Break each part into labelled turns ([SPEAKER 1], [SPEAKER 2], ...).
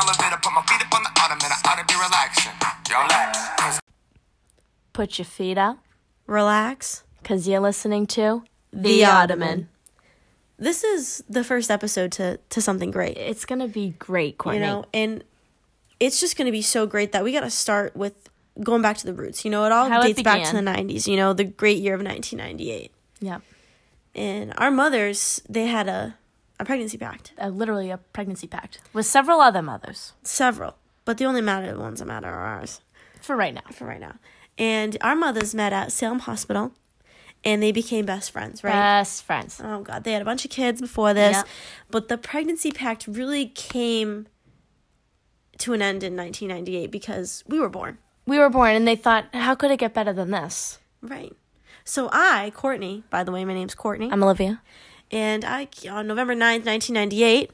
[SPEAKER 1] elevator, put my feet up on the ottoman. I ought to be relaxing. Yo, relax.
[SPEAKER 2] Put your feet up,
[SPEAKER 3] Relax.
[SPEAKER 2] because you're listening to The,
[SPEAKER 3] Ottoman. This is the first episode to, to something great.
[SPEAKER 2] It's going to be great, Courtney.
[SPEAKER 3] you know and it's just going to be so great that we got to start with going back to the roots you know it all
[SPEAKER 2] How it
[SPEAKER 3] dates back to the
[SPEAKER 2] began.
[SPEAKER 3] 90s you know the great year of 1998
[SPEAKER 2] yeah.
[SPEAKER 3] and our mothers they had a, a pregnancy pact
[SPEAKER 2] Uh, literally a pregnancy pact with several other mothers
[SPEAKER 3] several but the only matter ones that matter are ours
[SPEAKER 2] for right now.
[SPEAKER 3] for right now and our mothers met at salem hospital and they became best friends right
[SPEAKER 2] Best friends.
[SPEAKER 3] oh god they had a bunch of kids before this
[SPEAKER 2] Yeah.
[SPEAKER 3] but the pregnancy pact really came to an end in 1998 because we were born
[SPEAKER 2] We were born and they thought, how could it get better than this?
[SPEAKER 3] Right. So I, Courtney, by the way, my name's Courtney,
[SPEAKER 2] I'm Olivia.
[SPEAKER 3] and I on November 9th, 1998,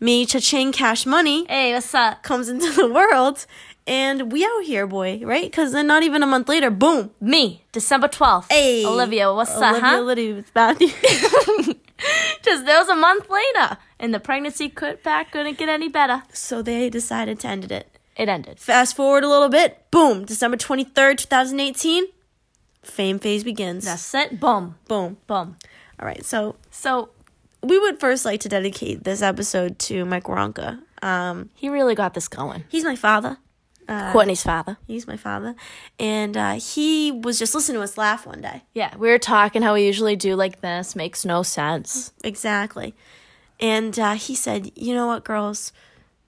[SPEAKER 3] me cha-ching cash money
[SPEAKER 2] Hey, what's up?
[SPEAKER 3] comes into the world and we out here, boy, right? Cuz then not even a month later, boom.
[SPEAKER 2] Me, December 12th.
[SPEAKER 3] Hey.
[SPEAKER 2] Olivia, what's
[SPEAKER 3] Olivia
[SPEAKER 2] up, huh?
[SPEAKER 3] Liddy Matthews.
[SPEAKER 2] Just there was a month later and the pregnancy could pact couldn't get any better.
[SPEAKER 3] so they decided to end it.
[SPEAKER 2] It ended.
[SPEAKER 3] Fast forward a little bit, boom, December 23rd, 2018, fame phase begins.
[SPEAKER 2] That's it. Boom.
[SPEAKER 3] Boom.
[SPEAKER 2] Boom.
[SPEAKER 3] All right. So,
[SPEAKER 2] So
[SPEAKER 3] we would first like to dedicate this episode to Mike Waronka. Um,
[SPEAKER 2] he really got this going.
[SPEAKER 3] he's my father. Uh,
[SPEAKER 2] Courtney's father.
[SPEAKER 3] He's my father. And uh, he was just listening to us laugh one day.
[SPEAKER 2] Yeah, we were talking how we usually do like this. Makes no sense.
[SPEAKER 3] Exactly. And uh, he said, You know what, girls?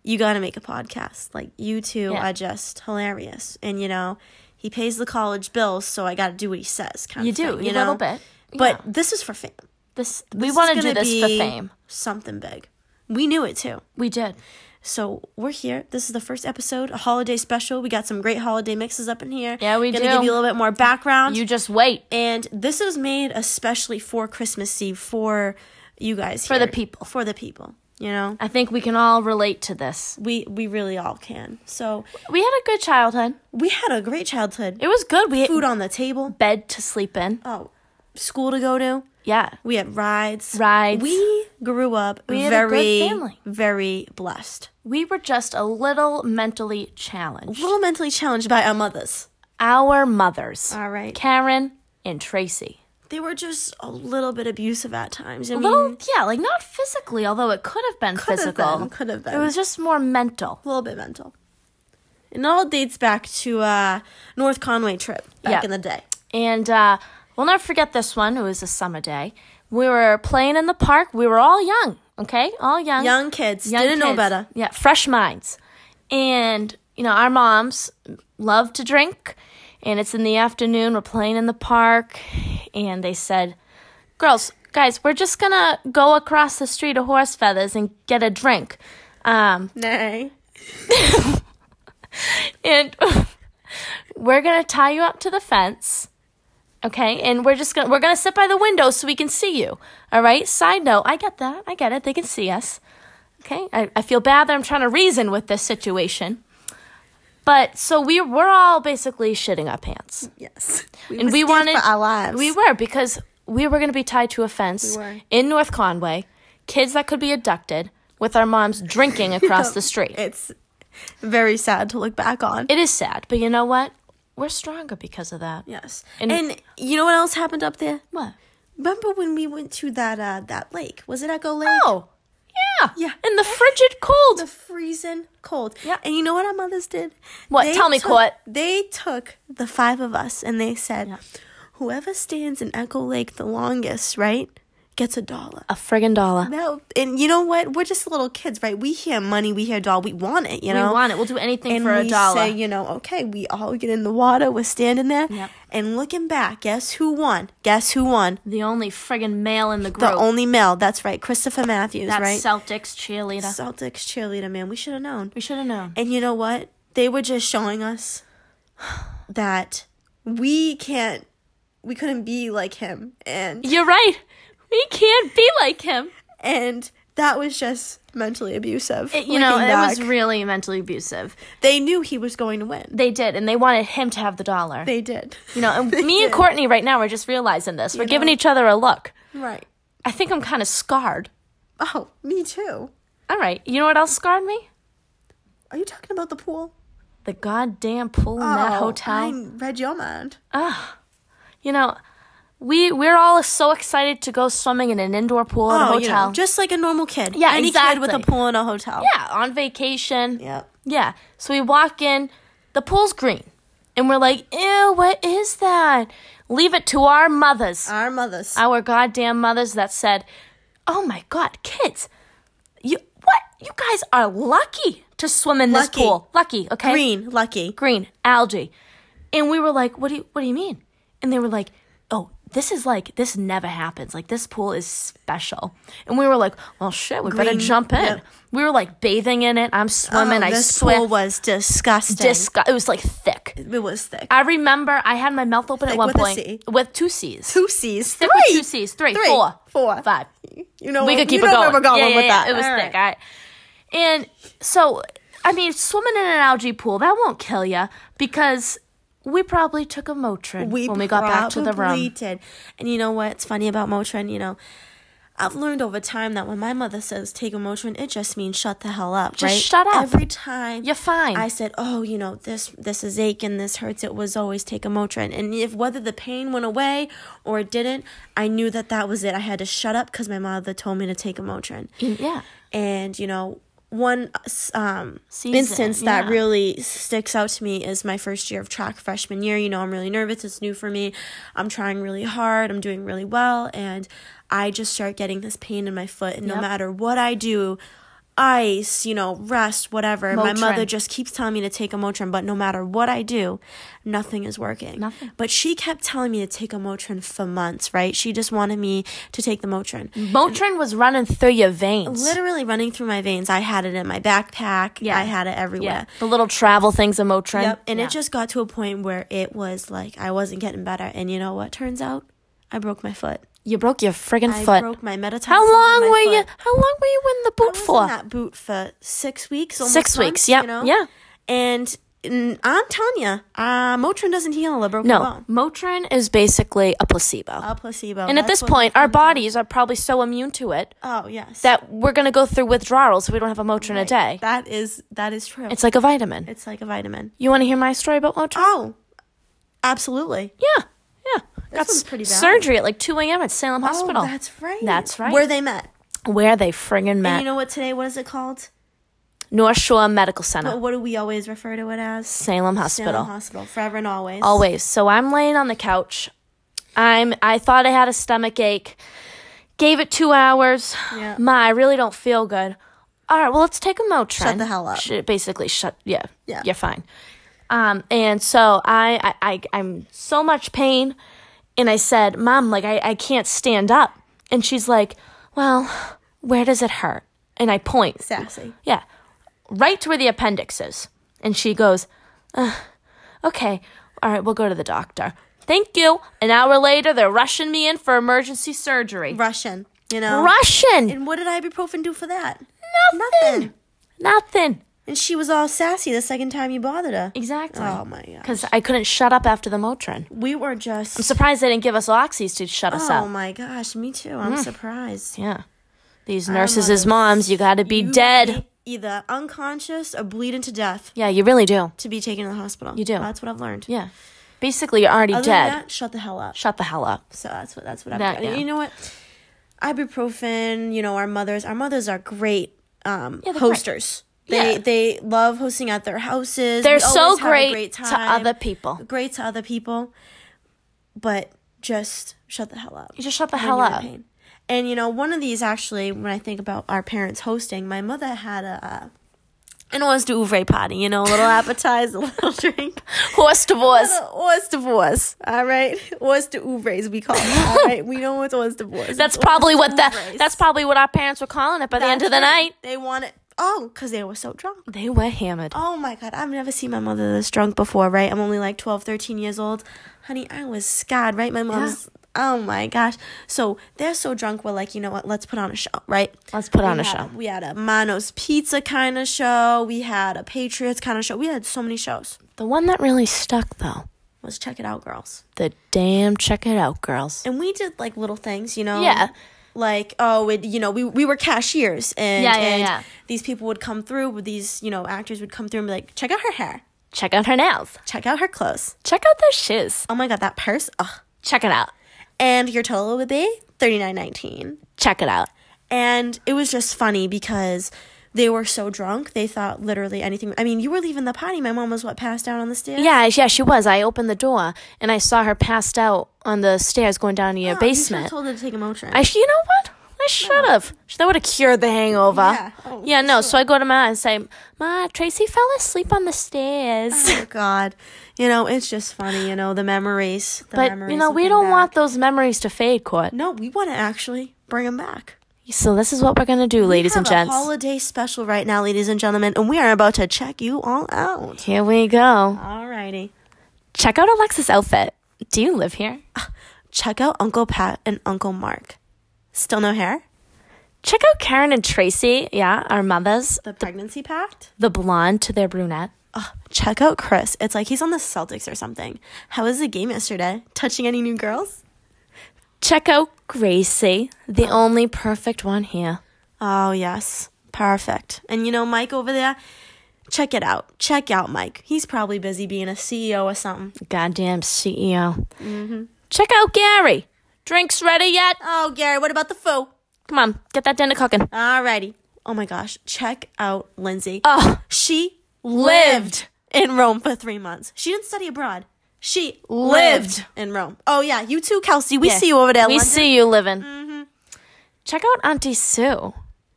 [SPEAKER 3] You got to make a podcast. Like, you two
[SPEAKER 2] Yeah.
[SPEAKER 3] are just hilarious. And, you know, he pays the college bills, so I got to do what he says. Kind
[SPEAKER 2] You
[SPEAKER 3] of
[SPEAKER 2] do,
[SPEAKER 3] thing,
[SPEAKER 2] you
[SPEAKER 3] you
[SPEAKER 2] a
[SPEAKER 3] know?
[SPEAKER 2] little bit.
[SPEAKER 3] But this is for fame.
[SPEAKER 2] This, we want to do
[SPEAKER 3] gonna
[SPEAKER 2] this for
[SPEAKER 3] be
[SPEAKER 2] fame.
[SPEAKER 3] Something big. We knew it too.
[SPEAKER 2] We did.
[SPEAKER 3] So we're here. This is the first episode, a holiday special. We got some great holiday mixes up in here.
[SPEAKER 2] Yeah, we
[SPEAKER 3] Gonna
[SPEAKER 2] do.
[SPEAKER 3] give you a little bit more background.
[SPEAKER 2] You just wait
[SPEAKER 3] And this is made especially for Christmas Eve for you guys.
[SPEAKER 2] for the
[SPEAKER 3] here.
[SPEAKER 2] people.
[SPEAKER 3] For the people. You know?
[SPEAKER 2] I think we can all relate to this.
[SPEAKER 3] We we really all can. So
[SPEAKER 2] We had a good childhood.
[SPEAKER 3] we had a great childhood.
[SPEAKER 2] It was good. We had
[SPEAKER 3] Food on the table.
[SPEAKER 2] bed to sleep in.
[SPEAKER 3] Oh. School to go to.
[SPEAKER 2] Yeah.
[SPEAKER 3] We had rides.
[SPEAKER 2] Rides.
[SPEAKER 3] We grew up
[SPEAKER 2] had a good
[SPEAKER 3] very
[SPEAKER 2] family.
[SPEAKER 3] very blessed.
[SPEAKER 2] We were just a little mentally challenged.
[SPEAKER 3] A little mentally challenged by our mothers.
[SPEAKER 2] Our mothers.
[SPEAKER 3] All right.
[SPEAKER 2] Karen and Tracy.
[SPEAKER 3] They were just a little bit abusive at times. I
[SPEAKER 2] A
[SPEAKER 3] mean,
[SPEAKER 2] little, yeah, like not physically, although it Mm. could have been
[SPEAKER 3] Could have
[SPEAKER 2] physical.
[SPEAKER 3] been, could have been.
[SPEAKER 2] It was just more mental.
[SPEAKER 3] a little bit mental. And it all dates back to uh, North Conway trip back
[SPEAKER 2] Yeah.
[SPEAKER 3] in the day.
[SPEAKER 2] And uh, we'll never forget this one. It was a summer day. We were playing in the park. We were all young, okay? All young.
[SPEAKER 3] Young kids
[SPEAKER 2] Young
[SPEAKER 3] didn't know
[SPEAKER 2] kids.
[SPEAKER 3] better.
[SPEAKER 2] Yeah, fresh minds. And, you know, our moms love to drink. And it's in the afternoon. We're playing in the park. And they said, girls, guys, we're just going to go across the street of horse feathers and get a drink. Um,
[SPEAKER 3] Nay.
[SPEAKER 2] and we're gonna tie you up to the fence okay and we're just gonna we're gonna sit by the window so we can see you all right side note i get that i get it they can see us okay i, I feel bad that i'm trying to reason with this situation but so we we're all basically shitting our pants
[SPEAKER 3] Yes.
[SPEAKER 2] and we wanted
[SPEAKER 3] for our lives.
[SPEAKER 2] we were because we were going to be tied to a fence
[SPEAKER 3] We were.
[SPEAKER 2] in north conway kids that could be abducted with our moms drinking across the street
[SPEAKER 3] It's very sad to look back on.
[SPEAKER 2] it is sad, but you know what? We're stronger because of that.
[SPEAKER 3] yes.
[SPEAKER 2] And-
[SPEAKER 3] And, you know what else happened up there?
[SPEAKER 2] What?
[SPEAKER 3] Remember when we went to that uh, that lake? Was it Echo Lake?
[SPEAKER 2] Oh, yeah.
[SPEAKER 3] Yeah.
[SPEAKER 2] In the frigid cold.
[SPEAKER 3] The freezing cold.
[SPEAKER 2] Yeah.
[SPEAKER 3] And you know what our mothers did?
[SPEAKER 2] What? Tell me,
[SPEAKER 3] took-
[SPEAKER 2] Court.
[SPEAKER 3] They took the five of us and they said,
[SPEAKER 2] Yeah.
[SPEAKER 3] whoever stands in Echo Lake the longest, right, gets a dollar.
[SPEAKER 2] a friggin' dollar.
[SPEAKER 3] No, and you know what? We're just little kids, right? We hear money, we hear doll, we want it, you
[SPEAKER 2] We
[SPEAKER 3] know.
[SPEAKER 2] want it. We'll do anything
[SPEAKER 3] and
[SPEAKER 2] for a
[SPEAKER 3] we
[SPEAKER 2] dollar.
[SPEAKER 3] say, you know, okay, we all get in the water, we're standing there,
[SPEAKER 2] Yep.
[SPEAKER 3] and looking back, guess who won? Guess who won?
[SPEAKER 2] the only friggin' male in the group.
[SPEAKER 3] The only male. That's right, Christopher Matthews,
[SPEAKER 2] That
[SPEAKER 3] right?
[SPEAKER 2] Celtics cheerleader.
[SPEAKER 3] Celtics cheerleader man. We should have known.
[SPEAKER 2] we should have known.
[SPEAKER 3] And you know what? They were just showing us that we can't, we couldn't be like him, and
[SPEAKER 2] You're right. We can't be like him.
[SPEAKER 3] and that was just mentally abusive.
[SPEAKER 2] It- you know,
[SPEAKER 3] looking
[SPEAKER 2] it was
[SPEAKER 3] back.
[SPEAKER 2] really mentally abusive.
[SPEAKER 3] they knew he was going to win.
[SPEAKER 2] They did, and they wanted him to have the dollar.
[SPEAKER 3] They did.
[SPEAKER 2] you know, and me and
[SPEAKER 3] did.
[SPEAKER 2] Courtney right now are just realizing this. We're giving
[SPEAKER 3] know-
[SPEAKER 2] each other a look.
[SPEAKER 3] Right.
[SPEAKER 2] I think I'm kind of scarred.
[SPEAKER 3] Oh, me too.
[SPEAKER 2] All right. You know what else scarred me?
[SPEAKER 3] about the pool?
[SPEAKER 2] The goddamn pool in that hotel.
[SPEAKER 3] Oh, I read your mind.
[SPEAKER 2] You know, we we're all so excited to go swimming in an indoor pool in a Oh, hotel.
[SPEAKER 3] Oh, you know, just like a normal kid.
[SPEAKER 2] Yeah,
[SPEAKER 3] Any kid with a
[SPEAKER 2] exactly.
[SPEAKER 3] pool in a hotel.
[SPEAKER 2] yeah, on vacation.
[SPEAKER 3] Yep.
[SPEAKER 2] Yeah. So we walk in, the pool's green. And we're like, ew, what is that? Leave it to our mothers,
[SPEAKER 3] Our mothers.
[SPEAKER 2] our goddamn mothers that said, oh my God, kids, you, what? You guys are lucky to swim in
[SPEAKER 3] Lucky.
[SPEAKER 2] this pool. Lucky, okay?
[SPEAKER 3] Green, lucky.
[SPEAKER 2] Green, algae. And we were like, what do you, what do you mean? And they were like, oh, this is like, this never happens. Like, this pool is special. And we were like, well, shit, we better
[SPEAKER 3] Green,
[SPEAKER 2] jump in.
[SPEAKER 3] yep.
[SPEAKER 2] We were like bathing in it. I'm swimming.
[SPEAKER 3] Oh,
[SPEAKER 2] I
[SPEAKER 3] this
[SPEAKER 2] swear
[SPEAKER 3] pool was disgusting.
[SPEAKER 2] disgu- it was like thick.
[SPEAKER 3] it was thick.
[SPEAKER 2] I remember I had my mouth open
[SPEAKER 3] Thick
[SPEAKER 2] at one
[SPEAKER 3] with a
[SPEAKER 2] point
[SPEAKER 3] C.
[SPEAKER 2] with two C's.
[SPEAKER 3] two C's.
[SPEAKER 2] thick
[SPEAKER 3] three.
[SPEAKER 2] with two C's. Three,
[SPEAKER 3] Three.
[SPEAKER 2] four,
[SPEAKER 3] Four.
[SPEAKER 2] five.
[SPEAKER 3] You know,
[SPEAKER 2] We
[SPEAKER 3] you
[SPEAKER 2] could keep
[SPEAKER 3] know
[SPEAKER 2] it going.
[SPEAKER 3] where we're going
[SPEAKER 2] Yeah, yeah,
[SPEAKER 3] with
[SPEAKER 2] yeah.
[SPEAKER 3] that.
[SPEAKER 2] It was
[SPEAKER 3] All
[SPEAKER 2] thick.
[SPEAKER 3] right.
[SPEAKER 2] All right. And so, I mean, swimming in an algae pool that won't kill you because we probably took a Motrin
[SPEAKER 3] We
[SPEAKER 2] when we got back to the
[SPEAKER 3] probably
[SPEAKER 2] room.
[SPEAKER 3] did. And you know what's funny about Motrin? You know, I've learned over time that when my mother says take a Motrin, it just means shut the hell up.
[SPEAKER 2] Just
[SPEAKER 3] right?
[SPEAKER 2] shut up.
[SPEAKER 3] Every time
[SPEAKER 2] You're fine.
[SPEAKER 3] I said, oh, you know, this this is aching, this hurts. It was always take a Motrin, and if whether the pain went away or it didn't, I knew that that was it. I had to shut up because my mother told me to take a Motrin
[SPEAKER 2] yeah.
[SPEAKER 3] and you know one um,
[SPEAKER 2] Season,
[SPEAKER 3] instance that
[SPEAKER 2] yeah.
[SPEAKER 3] really sticks out to me is my first year of track freshman year you know i'm really nervous it's new for me i'm trying really hard i'm doing really well and i just start getting this pain in my foot and no
[SPEAKER 2] Yep.
[SPEAKER 3] matter what i do ice you know rest whatever my
[SPEAKER 2] Motrin.
[SPEAKER 3] mother just keeps telling me to take a motrin but no matter what i do nothing is working
[SPEAKER 2] Nothing.
[SPEAKER 3] but she kept telling me to take a motrin for months right she just wanted me to take the motrin
[SPEAKER 2] Motrin was running through your veins.
[SPEAKER 3] literally running through my veins. I had it in my backpack.
[SPEAKER 2] Yeah.
[SPEAKER 3] I had it everywhere.
[SPEAKER 2] yeah. The little travel things of Motrin.
[SPEAKER 3] Yep. And
[SPEAKER 2] Yeah.
[SPEAKER 3] it just got to a point where it was like I wasn't getting better. And you know what turns out? I broke my foot.
[SPEAKER 2] you broke your friggin'
[SPEAKER 3] I
[SPEAKER 2] foot.
[SPEAKER 3] broke my metatarsal.
[SPEAKER 2] how
[SPEAKER 3] in my
[SPEAKER 2] long were you?
[SPEAKER 3] foot.
[SPEAKER 2] How long were you in the
[SPEAKER 3] I
[SPEAKER 2] boot
[SPEAKER 3] was in
[SPEAKER 2] for?
[SPEAKER 3] that boot for six weeks. Almost
[SPEAKER 2] Six
[SPEAKER 3] month,
[SPEAKER 2] weeks, yep,
[SPEAKER 3] You know?
[SPEAKER 2] yeah.
[SPEAKER 3] And mm, I'm telling you, uh, Motrin doesn't heal a broken
[SPEAKER 2] No,
[SPEAKER 3] bone.
[SPEAKER 2] Motrin is basically a placebo.
[SPEAKER 3] A placebo.
[SPEAKER 2] and at
[SPEAKER 3] That's
[SPEAKER 2] this
[SPEAKER 3] what-
[SPEAKER 2] point, our bodies are probably so immune to it
[SPEAKER 3] oh yes,
[SPEAKER 2] that we're going to go through withdrawals if we don't have a Motrin a day.
[SPEAKER 3] that is that is true.
[SPEAKER 2] It's like a vitamin.
[SPEAKER 3] it's like a vitamin.
[SPEAKER 2] you want to hear my story about Motrin?
[SPEAKER 3] Oh, absolutely.
[SPEAKER 2] yeah, yeah. Got
[SPEAKER 3] one's
[SPEAKER 2] s-
[SPEAKER 3] pretty bad.
[SPEAKER 2] surgery at like 2 a.m. at Salem Hospital.
[SPEAKER 3] Oh, that's right.
[SPEAKER 2] That's right.
[SPEAKER 3] Where they met.
[SPEAKER 2] Where they friggin'
[SPEAKER 3] And
[SPEAKER 2] met.
[SPEAKER 3] you know what today? What is it called?
[SPEAKER 2] North Shore Medical Center,
[SPEAKER 3] What do we always refer to it as?
[SPEAKER 2] Salem Hospital.
[SPEAKER 3] Oh. Salem Hospital, forever and always.
[SPEAKER 2] always. So I'm laying on the couch. I'm I thought I had a stomach ache. Gave it two hours.
[SPEAKER 3] Yeah.
[SPEAKER 2] Ma, I really don't feel good. All right, well let's take a Motrin.
[SPEAKER 3] Shut the hell up.
[SPEAKER 2] Sh- basically, shut. Yeah,
[SPEAKER 3] Yeah.
[SPEAKER 2] You're fine. Um, and so I, I, I I'm so much pain, and I said, Mom, like I, I can't stand up. And she's like, Well, where does it hurt? And I point.
[SPEAKER 3] Sassy.
[SPEAKER 2] Yeah. Right to where the appendix is. And she goes, Ugh, okay, all right, we'll go to the doctor. Thank you. An hour later, they're rushing me in for emergency surgery.
[SPEAKER 3] Russian, you know?
[SPEAKER 2] Russian!
[SPEAKER 3] And what did ibuprofen do for that?
[SPEAKER 2] Nothing. Nothing.
[SPEAKER 3] And she was all sassy the second time you bothered her.
[SPEAKER 2] Exactly.
[SPEAKER 3] Oh my god.
[SPEAKER 2] Because I couldn't shut up after the Motrin.
[SPEAKER 3] We were just.
[SPEAKER 2] Surprised they didn't give us oxys to shut us
[SPEAKER 3] oh
[SPEAKER 2] up.
[SPEAKER 3] my gosh, me too. I'm surprised.
[SPEAKER 2] Yeah. These Mm. nurses as moms, you gotta be dead.
[SPEAKER 3] Either unconscious or bleeding to death
[SPEAKER 2] Yeah, you really do.
[SPEAKER 3] to be taken to the hospital.
[SPEAKER 2] You do.
[SPEAKER 3] That's what I've learned.
[SPEAKER 2] Yeah. Basically, you're already
[SPEAKER 3] Other
[SPEAKER 2] dead.
[SPEAKER 3] than that, shut the hell up.
[SPEAKER 2] shut the hell up.
[SPEAKER 3] So that's what that's what I'm
[SPEAKER 2] That,
[SPEAKER 3] doing.
[SPEAKER 2] yeah.
[SPEAKER 3] You know what? Ibuprofen, you know, our mothers our mothers are great um
[SPEAKER 2] Yeah, they're great.
[SPEAKER 3] hosters. They
[SPEAKER 2] Yeah.
[SPEAKER 3] they love hosting at their houses.
[SPEAKER 2] They're
[SPEAKER 3] We
[SPEAKER 2] so
[SPEAKER 3] always have a
[SPEAKER 2] great, to other people.
[SPEAKER 3] Great to other people. But just shut the hell up.
[SPEAKER 2] You just shut the
[SPEAKER 3] when
[SPEAKER 2] hell
[SPEAKER 3] you're in
[SPEAKER 2] up.
[SPEAKER 3] pain. And you know, one of these actually, when I think about our parents hosting, my mother had a uh, an hors d'oeuvre party. You know, a little appetizer, a little drink.
[SPEAKER 2] Horse divorce.
[SPEAKER 3] Oz divorce. All right, Oz to ouvres we call it. All right, we know what's Oz divorce.
[SPEAKER 2] That's probably what the that's probably what our parents were calling it by the end of the night.
[SPEAKER 3] They want it. Oh, because they were so drunk.
[SPEAKER 2] They were hammered.
[SPEAKER 3] Oh my God, I've never seen my mother this drunk before, right? I'm only like 12, 13 years old. Honey, I was scared, right? My mom's. Oh my gosh. So they're so drunk, we're like, you know what? Let's put on a show, right?
[SPEAKER 2] Let's put on
[SPEAKER 3] we
[SPEAKER 2] a
[SPEAKER 3] had
[SPEAKER 2] show.
[SPEAKER 3] we had a Manos Pizza kind of show. We had a Patriots kind of show. We had so many shows.
[SPEAKER 2] The one that really stuck though,
[SPEAKER 3] Let's check it out, girls.
[SPEAKER 2] the damn check it out girls.
[SPEAKER 3] And we did like little things, you know?
[SPEAKER 2] Yeah.
[SPEAKER 3] like oh it, you know we, we were cashiers and,
[SPEAKER 2] Yeah, yeah,
[SPEAKER 3] and
[SPEAKER 2] yeah.
[SPEAKER 3] these people would come through with these you know actors would come through and be like check out her hair
[SPEAKER 2] Check out her nails.
[SPEAKER 3] check out her clothes
[SPEAKER 2] Check out those shoes.
[SPEAKER 3] oh my god that purse Ugh.
[SPEAKER 2] Check it out.
[SPEAKER 3] and your total would be 39.19
[SPEAKER 2] Check it out.
[SPEAKER 3] and it was just funny because they were so drunk they thought literally anything i mean you were leaving the potty my mom was what passed out on the Oh, stairs
[SPEAKER 2] Yeah, yeah, she was. I opened the door and I saw her passed out on the stairs going down to your
[SPEAKER 3] Oh, you should've
[SPEAKER 2] basement.
[SPEAKER 3] told her to take a Motrin.
[SPEAKER 2] I sh- you know what? I should have. That would have cured the hangover.
[SPEAKER 3] Yeah. Oh,
[SPEAKER 2] yeah, no. So I go to Ma and say, Ma, Tracy fell asleep on the stairs.
[SPEAKER 3] Oh God, you know it's just funny. You know the memories. The
[SPEAKER 2] But
[SPEAKER 3] memories
[SPEAKER 2] you know,
[SPEAKER 3] will
[SPEAKER 2] we
[SPEAKER 3] come
[SPEAKER 2] don't
[SPEAKER 3] back.
[SPEAKER 2] want those memories to fade, Court.
[SPEAKER 3] No, we want to actually bring them back.
[SPEAKER 2] So this is what we're gonna do, ladies and
[SPEAKER 3] Have a
[SPEAKER 2] gents.
[SPEAKER 3] holiday special right now, ladies and gentlemen, and we are about to check you all out.
[SPEAKER 2] Here we go.
[SPEAKER 3] Alrighty,
[SPEAKER 2] Check out Alexa's outfit. Do you live here?
[SPEAKER 3] check out Uncle Pat and Uncle Mark. Still no hair?
[SPEAKER 2] Check out Karen and Tracy. Yeah, our mothers.
[SPEAKER 3] The pregnancy pact?
[SPEAKER 2] The blonde to their brunette.
[SPEAKER 3] Check out Chris. It's like he's on the Celtics or something. How was the game yesterday? Touching any new girls?
[SPEAKER 2] Check out Gracie, the only perfect one here.
[SPEAKER 3] Oh yes, perfect. And you know Mike over there. Check it out. Check out Mike. He's probably busy being a CEO or something.
[SPEAKER 2] Goddamn CEO.
[SPEAKER 3] Mm-hmm.
[SPEAKER 2] Check out Gary. Drinks ready yet?
[SPEAKER 3] Oh, Gary, what about the foo?
[SPEAKER 2] Come on, get that down to cooking.
[SPEAKER 3] Alrighty. Oh my gosh, check out Lindsay.
[SPEAKER 2] Oh,
[SPEAKER 3] she
[SPEAKER 2] lived.
[SPEAKER 3] lived in Rome for three months. She didn't study abroad. She
[SPEAKER 2] Lived.
[SPEAKER 3] lived, in Rome. Oh yeah, you too, Kelsey. We
[SPEAKER 2] Yeah.
[SPEAKER 3] see you over there.
[SPEAKER 2] We
[SPEAKER 3] London. Mm-hmm.
[SPEAKER 2] see you living. Check out Auntie Sue.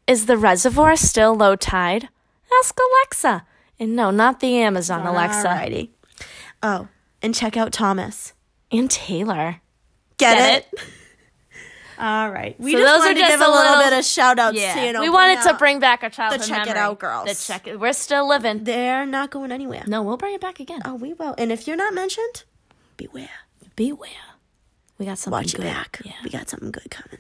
[SPEAKER 2] Is the reservoir still low tide? Ask Alexa. And no, not the Amazon, Alexa.
[SPEAKER 3] Alrighty. Oh, and check out Thomas.
[SPEAKER 2] And Taylor.
[SPEAKER 3] Get,
[SPEAKER 2] Get
[SPEAKER 3] it? All right. We
[SPEAKER 2] So
[SPEAKER 3] just
[SPEAKER 2] those
[SPEAKER 3] wanted
[SPEAKER 2] are
[SPEAKER 3] to
[SPEAKER 2] just
[SPEAKER 3] give a
[SPEAKER 2] a
[SPEAKER 3] little,
[SPEAKER 2] little-
[SPEAKER 3] bit of shout outs to you know.
[SPEAKER 2] we wanted to
[SPEAKER 3] out-
[SPEAKER 2] bring back our childhood
[SPEAKER 3] check it
[SPEAKER 2] memory.
[SPEAKER 3] out, girls.
[SPEAKER 2] The check it. We're still living.
[SPEAKER 3] They're not going anywhere.
[SPEAKER 2] no, we'll bring it back again.
[SPEAKER 3] Oh, we will. And if you're not mentioned, beware.
[SPEAKER 2] Beware. We got something
[SPEAKER 3] Watch
[SPEAKER 2] good.
[SPEAKER 3] your back.
[SPEAKER 2] Yeah.
[SPEAKER 3] We got something good coming.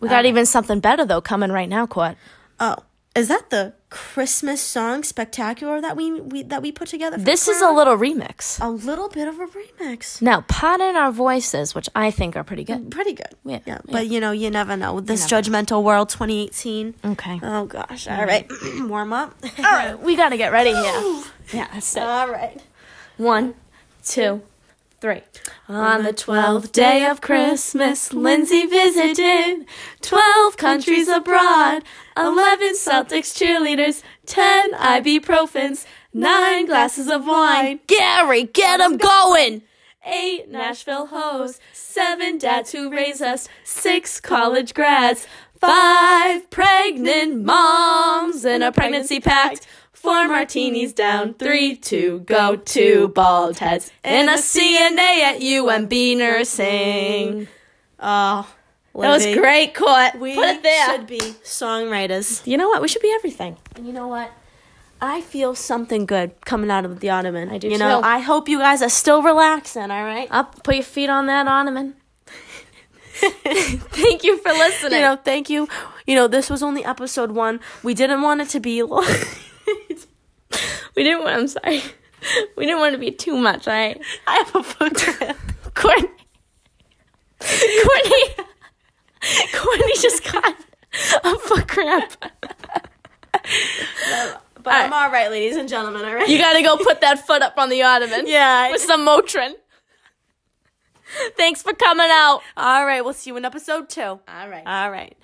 [SPEAKER 2] We got even something better though coming right now, Court.
[SPEAKER 3] Oh, is that the Christmas song spectacular that we, we that we put together? For
[SPEAKER 2] This is a
[SPEAKER 3] Crown?
[SPEAKER 2] little remix.
[SPEAKER 3] a little bit of a remix.
[SPEAKER 2] Now, pot in our voices, which I think are pretty good.
[SPEAKER 3] Pretty good.
[SPEAKER 2] Yeah,
[SPEAKER 3] But you know, you never know. This judgmental world 2018.
[SPEAKER 2] Okay.
[SPEAKER 3] Oh gosh. All right.
[SPEAKER 2] Mm-hmm.
[SPEAKER 3] Warm up. All
[SPEAKER 2] All right, we gotta get ready here. Yeah, that's it.
[SPEAKER 3] All right.
[SPEAKER 2] One, two, three. On the twelfth day of Christmas, Lindsay visited twelve countries abroad, eleven Celtics cheerleaders, ten ibuprofens, nine glasses of wine. Gary, get 'em going! Eight Nashville hoes, seven dads who raise us, six college grads, five pregnant moms in a pregnancy pact, four martinis down, three to go, two bald heads, and a CNA at UMB nursing.
[SPEAKER 3] Oh,
[SPEAKER 2] That was great, Court.
[SPEAKER 3] We
[SPEAKER 2] Put it there.
[SPEAKER 3] should be songwriters.
[SPEAKER 2] you know what? We should be everything.
[SPEAKER 3] And you know what? I feel something good coming out of the ottoman. I
[SPEAKER 2] do
[SPEAKER 3] You know,
[SPEAKER 2] too. Uh,
[SPEAKER 3] I hope you guys are still relaxing. All right.
[SPEAKER 2] Up, put your feet on that ottoman. Thank you for listening.
[SPEAKER 3] You know, thank you. You know, this was only episode one. We didn't want it to be. long.
[SPEAKER 2] we didn't want. I'm sorry. We didn't want to be too much. All right.
[SPEAKER 3] I have a foot cramp.
[SPEAKER 2] Courtney. Courtney. Courtney just got a foot cramp.
[SPEAKER 3] But I'm all right, ladies and gentlemen. All right.
[SPEAKER 2] You gotta go put that foot up on the ottoman.
[SPEAKER 3] yeah.
[SPEAKER 2] With some Motrin. Thanks for coming out.
[SPEAKER 3] All right. We'll see you in episode two.
[SPEAKER 2] All right.
[SPEAKER 3] All right.